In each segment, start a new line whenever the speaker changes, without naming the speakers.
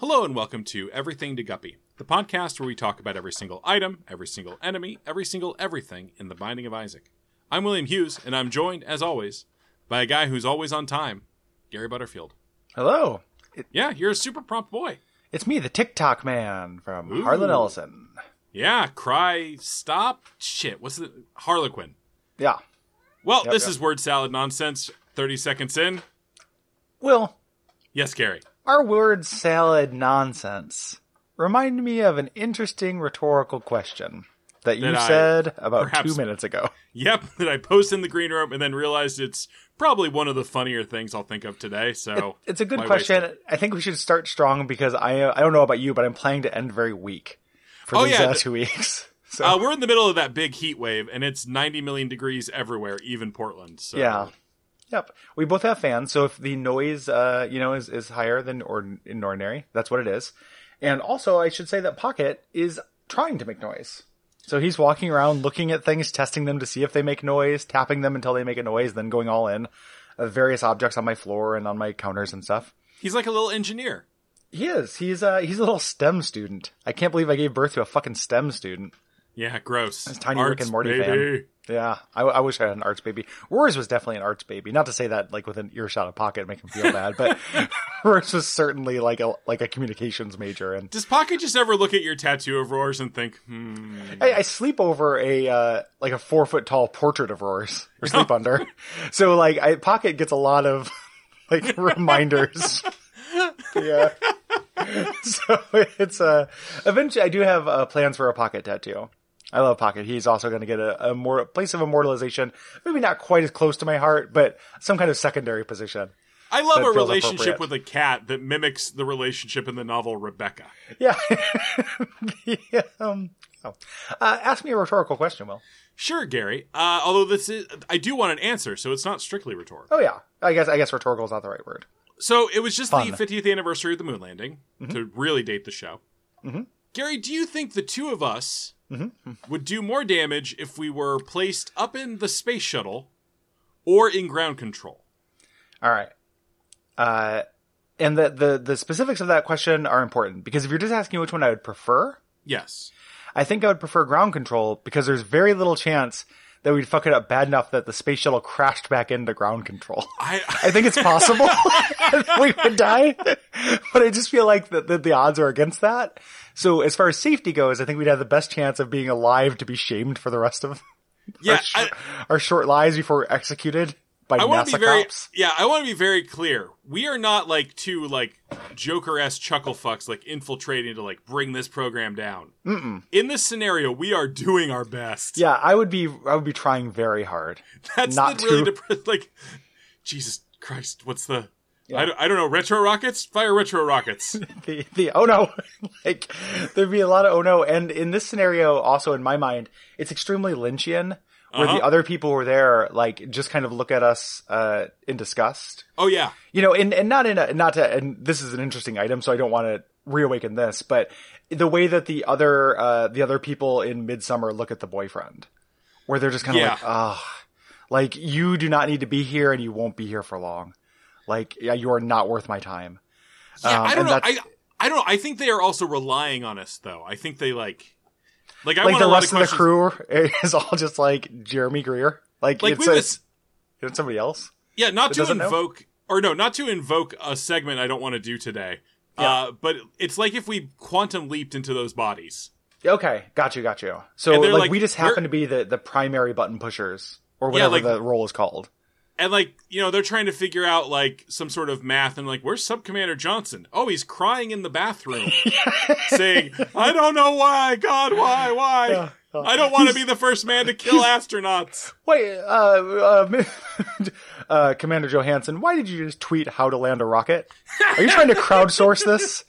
Hello and welcome to Everything to Guppy, the podcast where we talk about every single item, every single enemy, every single everything in the Binding of Isaac. I'm William Hughes, and I'm joined, as always, by a guy who's always on time, Gary Butterfield.
Hello.
Yeah, you're a super prompt boy.
It's me, the TikTok man from Harlan
Ooh.
Ellison.
Yeah, cry, stop, shit. What's the Harlequin?
Yeah.
Well,
Yep,
this
yep.
is word salad nonsense. Thirty seconds in.
Will,
Yes, Gary.
our word salad nonsense remind me of an interesting rhetorical question that you
That I-
said about
perhaps-
two minutes ago.
Yep, that I posted in the green room and then realized it's probably one of the funnier things I'll think of today. So
It's a good
why waste
question. I think we should start strong because I I don't know about you, but I'm planning to end very weak for
Oh,
these
yeah,
last
the-
two weeks. So
Uh, we're in the middle of that big heat wave, and it's 90 million degrees everywhere, even Portland. So
yeah. Yep. We both have fans, so if the noise uh, you know, is, is higher than or in ordinary, that's what it is. And also I should say that Pocket is trying to make noise. So he's walking around looking at things, testing them to see if they make noise, tapping them until they make a noise, then going all in of various objects on my floor and on my counters and stuff.
he's like a little engineer.
He is. He's uh he's a little STEM student. I can't believe I gave birth to a fucking STEM student.
Yeah, gross. That's
tiny Rick and Morty fan. Yeah, I, I wish I had an arts baby. Roars was definitely an arts baby. Not to say that like with an earshot of pocket make him feel bad, but Roars was certainly like a like a communications major. And
Does Pocket just ever look at your tattoo of Roars and think, hmm,
I, I sleep over a uh, like a four foot tall portrait of Roars or sleep under. So like I pocket gets a lot of like reminders. yeah. so it's uh eventually I do have uh, plans for a pocket tattoo. I love Pocket. He's also going to get a, a more place of immortalization. Maybe not quite as close to my heart, but some kind of secondary position.
I love
That
a
feels
relationship
appropriate.
with a cat that mimics the relationship in the novel Rebecca.
Yeah. The, um, oh. uh, ask me a rhetorical question, Will.
Sure, Gary. Uh, although this is, I do want an answer, so it's not strictly rhetorical.
Oh yeah. I guess I guess rhetorical is not the right word.
So it was just
Fun. Mm-hmm.
the 50th anniversary of the moon landing to really date the show. Gary, do you think the two of us
Mm-hmm.
would do more damage if we were placed up in the space shuttle or in ground control?
All right. Uh, and the, the, the specifics of that question are important because if you're just asking which one I would prefer,
Yes.
I think I would prefer ground control because there's very little chance that we'd fuck it up bad enough that the space shuttle crashed back into ground control.
I,
I think it's possible that we would die, but I just feel like that the, the odds are against that. So as far as safety goes, I think we'd have the best chance of being alive to be shamed for the rest of
yeah,
our, sh-
I,
our short lives before we're executed by
I want
NASA
to be very
cops.
yeah. I want to be very clear. We are not like two like Joker ass chuckle fucks like infiltrating to like bring this program down. Mm-mm. In this scenario, we are doing our best.
Yeah, I would be. I would be trying very hard.
That's
Not
the really
to-
depressing. Like, Jesus Christ, what's the? I, don't, I don't know. Retro rockets, fire retro rockets.
The the oh no, like there'd be a lot of oh no. And in this scenario, also in my mind, it's extremely Lynchian, where
Uh-huh.
the other people who were there, like just kind of look at us uh, in disgust.
oh yeah,
You know, and and not in a, not to. And this is an interesting item, so I don't want to reawaken this, but the way that the other uh, the other people in Midsummer look at the boyfriend, where they're just kind of
Yeah.
like, ah, like you do not need to be here, and you won't be here for long. Like, yeah, you are not worth my time.
yeah.
Um,
I don't
and
know.
that's-
I I don't. know. I think they are also relying on us, though. I think they like, like I
like
want
the
a lot of
rest of, the
questions.
crew is all just like Jeremy Greer. Like,
like
it's,
we
a-
was
it's somebody else.
yeah, not to
doesn't know?
invoke or no, not to invoke a segment I don't want to do today. Uh, but it's like if we quantum leaped into those bodies.
Okay, got you, got you. So
And they're
like,
like,
we just
we're-
happen to be the the primary button pushers or
Yeah,
whatever
like-
the role is called.
And like you know, they're trying to figure out like some sort of math, and like, where's Sub Commander Johnson? Oh, he's crying in the bathroom, saying, "I don't know why, God, why, why? I don't want to be the first man to kill astronauts."
Wait, uh, uh, uh, Commander Johansson, why did you just tweet how to land a rocket? Are you trying to crowdsource this?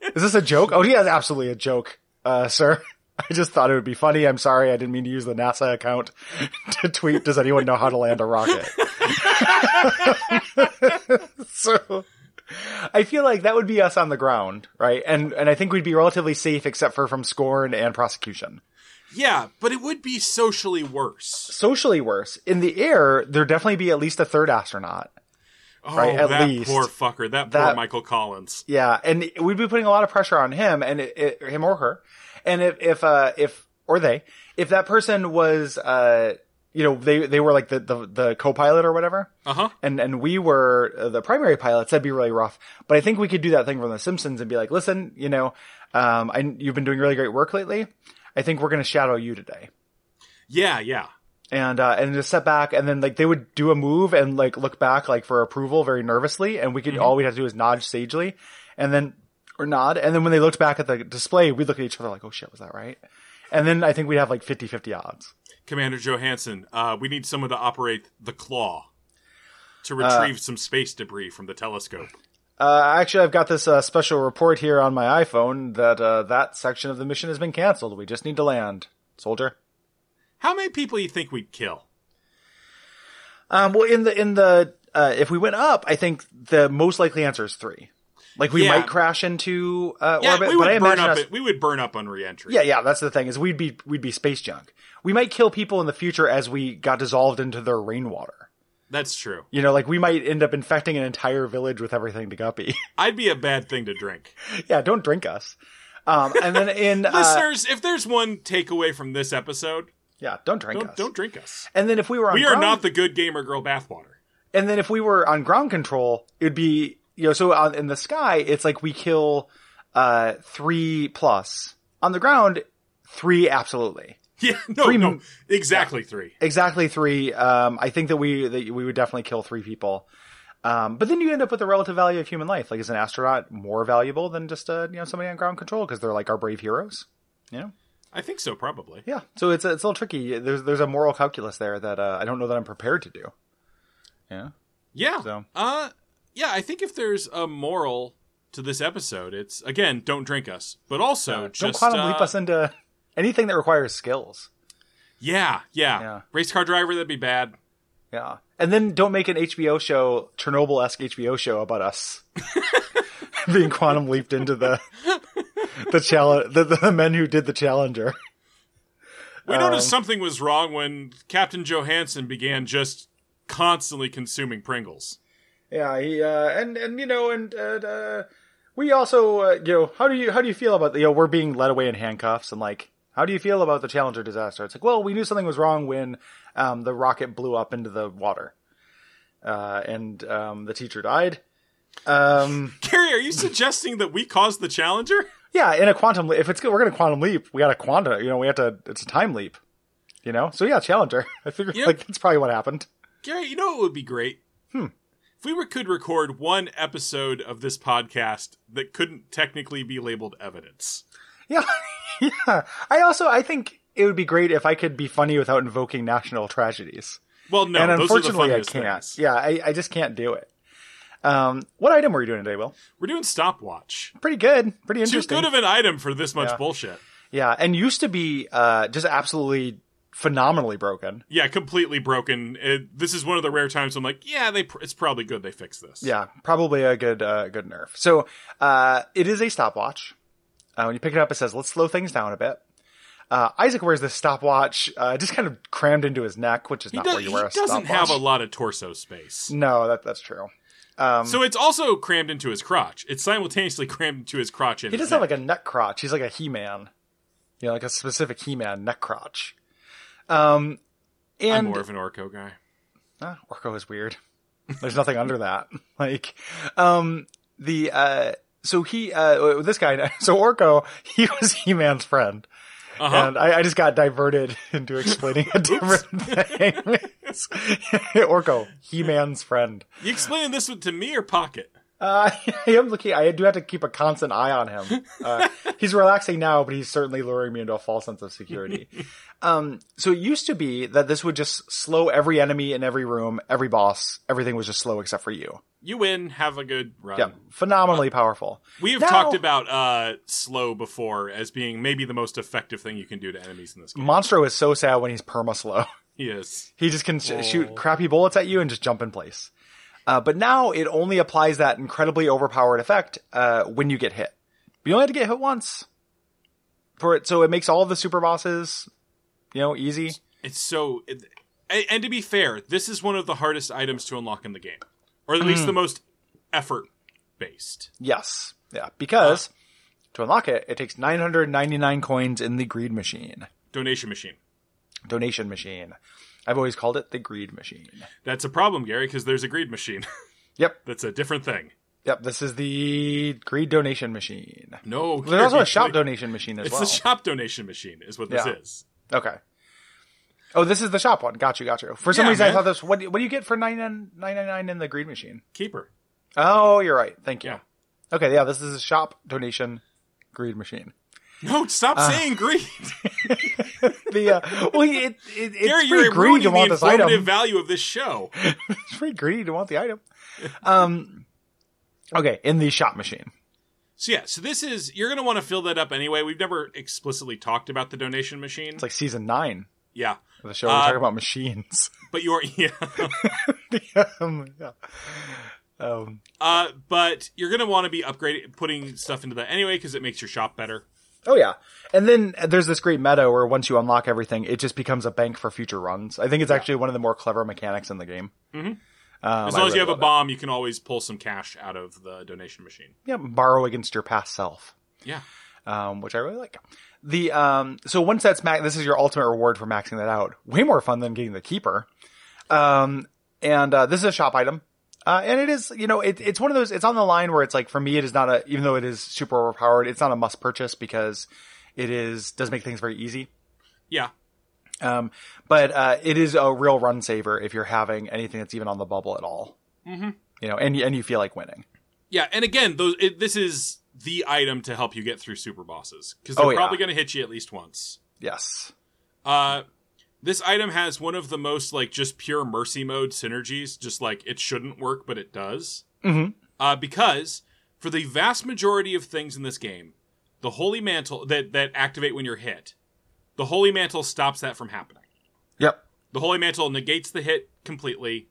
Is this a joke? Oh, yeah, it's absolutely a joke, uh, sir. I just thought it would be funny. I'm sorry, I didn't mean to use the NASA account to tweet. Does anyone know how to land a rocket? so I feel like that would be us on the ground, right? And and I think we'd be relatively safe, except for from scorn and prosecution.
Yeah, but it would be socially worse.
Socially worse. In the air, there'd definitely be at least a third astronaut.
Oh,
right? At
that
least.
poor fucker. That, poor
That-
Michael Collins.
Yeah, and we'd be putting a lot of pressure on him and it, it, him or her. And if if uh if or they, if that person was uh you know they they were like the the, the co-pilot or whatever,
Uh huh.
and and we were uh, the primary pilots, that'd be really rough. But I think we could do that thing from The Simpsons and be like, listen, you know, um, I, you've been doing really great work lately. I think we're going to shadow you today
Yeah, yeah.
and uh and just step back and then like they would do a move and like look back like for approval very nervously and we could
Mm-hmm.
all we'd have to do is nod sagely and then or nod and then when they looked back at the display we'd look at each other like oh shit was that right and then i think we'd have like 50 50 odds
Commander Johansson, uh, we need someone to operate the claw to retrieve some space debris from the telescope.
uh actually i've got this uh, special report here on my iphone that uh that section of the mission has been canceled we just need to land soldier
How many people you think we'd kill?
um well in the in the uh if we went up i think the most likely answer is three like we
Yeah.
might crash into uh
Yeah,
orbit
we
but i
would burn
imagine
up.
us-
it- we would burn up on reentry.
Yeah, yeah, that's the thing is we'd be we'd be space junk. We might kill people in the future as we got dissolved into their rainwater.
that's true.
You know, like we might end up infecting an entire village with everything to guppy.
I'd be a bad thing to drink.
yeah, don't drink us. Um, and then in uh,
Listeners, if there's one takeaway from this episode,
yeah, don't drink
don't,
us.
don't drink us.
And then if we were on
We are
ground-
not the good gamer girl bathwater.
and then if we were on ground control, it would be you know so on, in the sky it's like we kill uh three plus on the ground three absolutely.
Yeah, no,
Three
no,
m-
exactly three.
exactly three. Um, I think that we that we would definitely kill three people. Um, but then you end up with the relative value of human life. Like, is an astronaut more valuable than just a you know somebody on ground control because they're like our brave heroes? You know,
I think so, probably.
yeah. So it's it's a little tricky. There's there's a moral calculus there that uh, I don't know that I'm prepared to do. Yeah.
Yeah.
So.
Uh, yeah, I think if there's a moral to this episode, it's again, don't drink us, but also just
don't quantum
uh,
leap us into anything that requires skills.
Yeah, yeah,
Yeah.
Race car driver, that'd be bad.
Yeah. And then don't make an HBO show, Chernobyl esque HBO show about us being quantum leaped into the the challenge, the, the men who did the Challenger.
We noticed
Um,
something was wrong when Captain Johansson began just constantly consuming Pringles.
Yeah. He, uh, and and you know and and, uh, we also uh, you know how do you how do you feel about you know we're being led away in handcuffs and like how do you feel about the Challenger disaster? It's like well we knew something was wrong when um, the rocket blew up into the water, uh, and um, the teacher died. Um.
Carrie, are you suggesting that we caused the Challenger?
Yeah, in a quantum leap. If it's good, we're going to quantum leap. We got a quanta. You know, we have to. It's a time leap. You know, so yeah, Challenger. I figure
Yep.
like that's probably what happened.
Gary, you know what would be great?
Hmm.
If we were, could record one episode of this podcast that couldn't technically be labeled evidence.
Yeah, yeah. I also I think it would be great if I could be funny without invoking national tragedies.
Well, no,
and
those are the
unfortunately, I
funniest
can't.
things.
Yeah, I, I just can't do it. Um, what item were you doing today, Will?
We're doing stopwatch.
Pretty good. Pretty
Too
interesting.
good of an item for this much bullshit.
yeah, and used to be uh just absolutely phenomenally broken.
Yeah, completely broken. It, this is one of the rare times I'm like, yeah, they. Pr- it's probably good they fixed this.
Yeah, probably a good uh, good nerf. So uh, it is a stopwatch. Uh, when you pick it up, it says, "Let's slow things down a bit." Uh, Isaac wears this stopwatch uh, just kind of crammed into his neck, which is
he,
not
does,
where you wear a
he doesn't have
stopwatch.
a lot of torso space,
no, that that's true.
so it's also crammed into his crotch. It's simultaneously crammed into his crotch. And
He
his
does have
neck.
like a neck crotch. He's like a He-Man, you know, like a specific He-Man neck crotch. Um,
I'm
and
more of an Orco guy.
Ah, Orko is weird. There's nothing under that. Like, um, the, uh, so he, uh, this guy, so Orko, he was He-Man's friend.
Uh-huh.
And I, I just got diverted into explaining a different thing. Orko, He-Man's friend.
You explaining this one to me or Pocket?
Uh, I am looking, I do have to keep a constant eye on him. Uh, he's relaxing now, but he's certainly luring me into a false sense of security. um, so it used to be that this would just slow every enemy in every room, every boss, everything was just slow except for you.
You win. Have a good run.
Yeah, phenomenally powerful.
We have
Now-
talked about uh, slow before as being maybe the most effective thing you can do to enemies in this game.
Monstro is so sad when he's perma slow.
Yes.
He just can sh- shoot crappy bullets at you and just jump in place. Uh, but now it only applies that incredibly overpowered effect uh, when you get hit. You only have to get hit once for it, so it makes all of the super bosses, you know, easy.
It's so. It, and and to be fair, this is one of the hardest items to unlock in the game. or at
Mm.
least the most effort based.
Yes. Yeah. Because to unlock it, it takes 999 coins in the greed machine.
Donation machine.
Donation machine. I've always called it the greed machine.
That's a problem, Gary, because there's a greed machine.
Yep.
That's a different thing.
Yep. This is the greed donation machine.
No,
There's also
Gary,
a shop
like-
donation machine as
It's
well.
the shop donation machine, is what this
Yeah.
is.
Okay. Oh, this is the shop one. Got you, got you. For some
Yeah,
reason,
man.
I thought this. What, do- what do you get for 999 in the greed machine?
Keeper.
Oh, you're right. Thank you.
Yeah.
Okay, yeah, this is a shop donation greed machine.
No, stop
Uh,
saying greed.
The uh, well, it, it, it's
Gary,
pretty
you're
greedy
ruining
to
the
want this item.
informative value of this show.
It's pretty greedy to want the item. Um, okay, in the shop machine.
So yeah, so this is you're gonna want to fill that up anyway. We've never explicitly talked about the donation machine.
It's like season nine
yeah,
of the show.
Uh,
We're talking about machines.
but you're yeah,
um, yeah. Um,
uh, but you're gonna want to be upgrading, putting stuff into that anyway because it makes your shop better.
oh yeah, and then there's this great meta where once you unlock everything, it just becomes a bank for future runs. I think it's actually one of the more clever mechanics in the game.
Mhm.
Um,
As
I
long as you
really
have a
love it.
bomb, you can always pull some cash out of the donation machine.
yeah, borrow against your past self.
Yeah.
um, which I really like. The um, so once that's max, this is your ultimate reward for maxing that out. Way more fun than getting the keeper. Um, and uh, this is a shop item, uh, and it is you know it, it's one of those. It's on the line where it's like for me, it is not a even though it is super overpowered, it's not a must purchase because it is does make things very easy.
Yeah.
Um, but uh, it is a real run saver if you're having anything that's even on the bubble at all.
Mhm.
You know, and and you feel like winning.
Yeah, and again, those it, this is the item to help you get through super bosses because they're
Oh, yeah.
probably going to hit you at least once.
Yes.
Uh, this item has one of the most like just pure mercy mode synergies. Just like it shouldn't work, but it does.
Mhm.
Uh, because for the vast majority of things in this game, the holy mantle that that activate when you're hit, the holy mantle stops that from happening.
Yep.
The holy mantle negates the hit completely,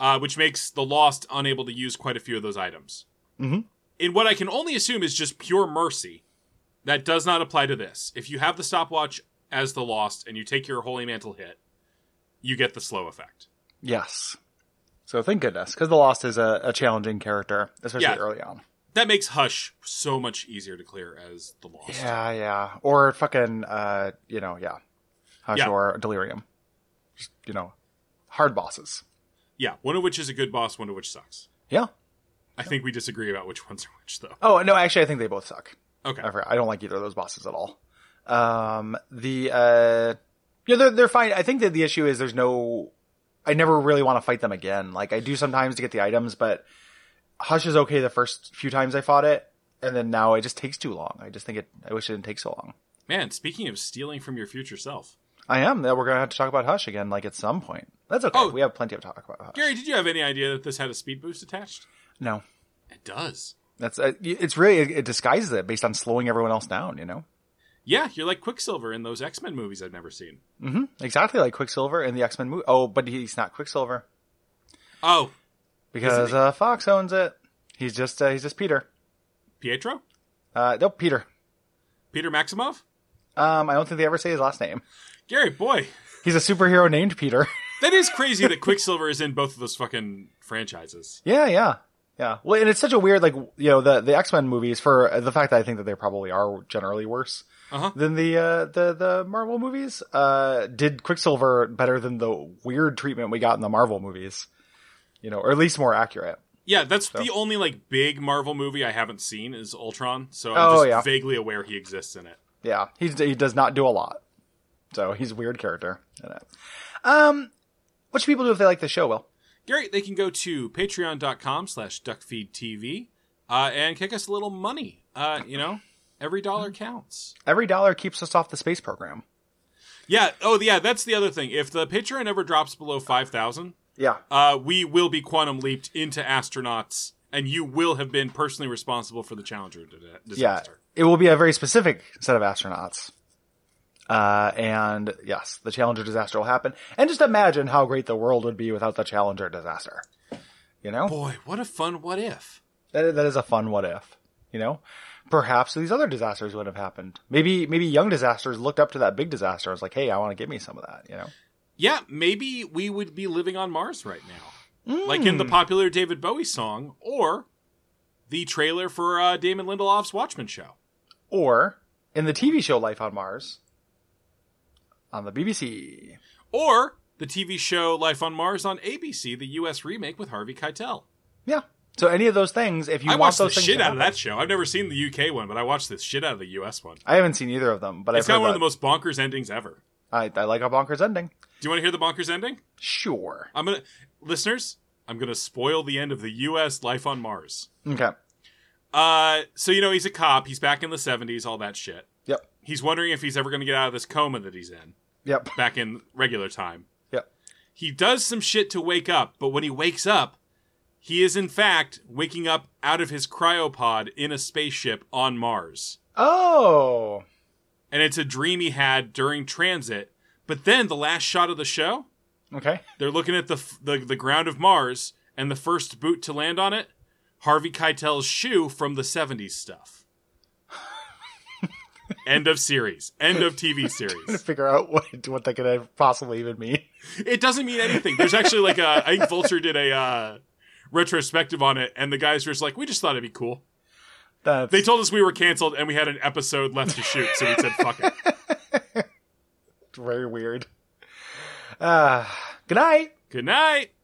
uh, which makes the lost unable to use quite a few of those items.
Mhm.
In what I can only assume is just pure mercy, that does not apply to this. If you have the stopwatch as the lost and you take your holy mantle hit, you get the slow effect.
Yes. So thank goodness, because the Lost is a, a challenging character, especially
Yeah.
early on.
That makes Hush so much easier to clear as the lost.
Yeah, yeah. Or fucking, uh, you know, yeah, Hush
Yeah.
or Delirium. Just, you know, hard bosses.
Yeah, one of which is a good boss, one of which sucks.
Yeah.
I think we disagree about which ones are which, though.
Oh no, actually, I think they both suck.
Okay.
I, forgot. I don't like either of those bosses at all. Um, the uh, yeah, they're they're fine. I think that the issue is there's no. I never really want to fight them again. Like I do sometimes to get the items, but Hush is okay the first few times I fought it, and then now it just takes too long. I just think it. I wish it didn't take so long.
Man, speaking of stealing from your future self,
I am. That we're gonna have to talk about Hush again, like at some point. That's okay.
Oh.
We have plenty of talk about Hush.
Gary, did you have any idea that this had a speed boost attached?
No,
It does.
that's uh, it's really it, it disguises it based on slowing everyone else down. You know.
Yeah, you're like Quicksilver in those X Men movies I've never seen.
hmm Exactly like Quicksilver in the X Men movie. Oh, but he's not Quicksilver.
Oh, Isn't
because
he?
uh, Fox owns it. He's just uh, he's just Peter.
Pietro?
Uh, no, Peter.
Peter Maximov?
Um, I don't think they ever say his last name.
Gary, boy,
He's a superhero named Peter.
that is crazy that Quicksilver is in both of those fucking franchises.
yeah, yeah, yeah. Well, and it's such a weird like you know the the X Men movies for uh, the fact that I think that they probably are generally worse
Uh-huh.
than the uh, the the Marvel movies. Uh, did Quicksilver better than the weird treatment we got in the Marvel movies? You know, or at least more accurate.
Yeah, that's the only like big Marvel movie I haven't seen is Ultron, so I'm
Oh,
just
yeah.
vaguely aware he exists in it.
Yeah, he he does not do a lot, so he's a weird character. in it. Um, what should people do if they like the show? Will
Gary, they can go to patreon.com slash duckfeedtv uh, and kick us a little money. Uh, you know, every dollar counts.
Every dollar keeps us off the space program.
Yeah, oh yeah, that's the other thing. If the Patreon ever drops below 5,000,
Yeah.
uh, we will be quantum leaped into astronauts, and you will have been personally responsible for the Challenger di-
Yeah.
disaster.
It will be a very specific set of astronauts. Uh, and yes, the Challenger disaster will happen. And just imagine how great the world would be without the Challenger disaster. You know?
Boy, what a fun what if.
That is, that is a fun what if, you know? Perhaps these other disasters would have happened. Maybe, maybe young disasters looked up to that big disaster. I was like, hey, I want to give me some of that, you know?
Yeah, maybe we would be living on Mars right now. like in the
Hmm.
popular David Bowie song, or the trailer for uh, Damon Lindelof's Watchmen show.
Or in the TV show Life on Mars on the BBC.
or the TV show Life on Mars on ABC, the US remake with Harvey Keitel.
Yeah. So any of those things, if you
I
want
watched the
those things,
shit
to
out of
happen-
that show. I've never seen the UK one, but I watched the shit out of the US one.
I haven't seen either of them, but
It's
I've
got
heard
one of
that.
the most bonkers endings ever.
I, I like how bonkers ending.
Do you want to hear the bonkers ending?
Sure.
I'm gonna listeners, I'm gonna spoil the end of the US Life on Mars.
Okay.
Uh so you know he's a cop, he's back in the seventies, all that shit.
Yep.
He's wondering if he's ever gonna get out of this coma that he's in
Yep.
back in regular time.
Yep.
He does some shit to wake up, but when he wakes up, he is in fact waking up out of his cryopod in a spaceship on Mars.
Oh.
And it's a dream he had during transit. But then the last shot of the show,
Okay.
they're looking at the f- the, the ground of Mars and the first boot to land on it, Harvey Keitel's shoe from the 70s stuff. End of series. End of TV series.
Figure out what what that could possibly even mean.
It doesn't mean anything. There's actually like a I think Vulture did a uh, retrospective on it, and the guys were just like, we just thought it'd be cool.
That's,
They told us we were canceled, and we had an episode left to shoot, so we said, fuck it.
very weird. Uh, good night.
Good night.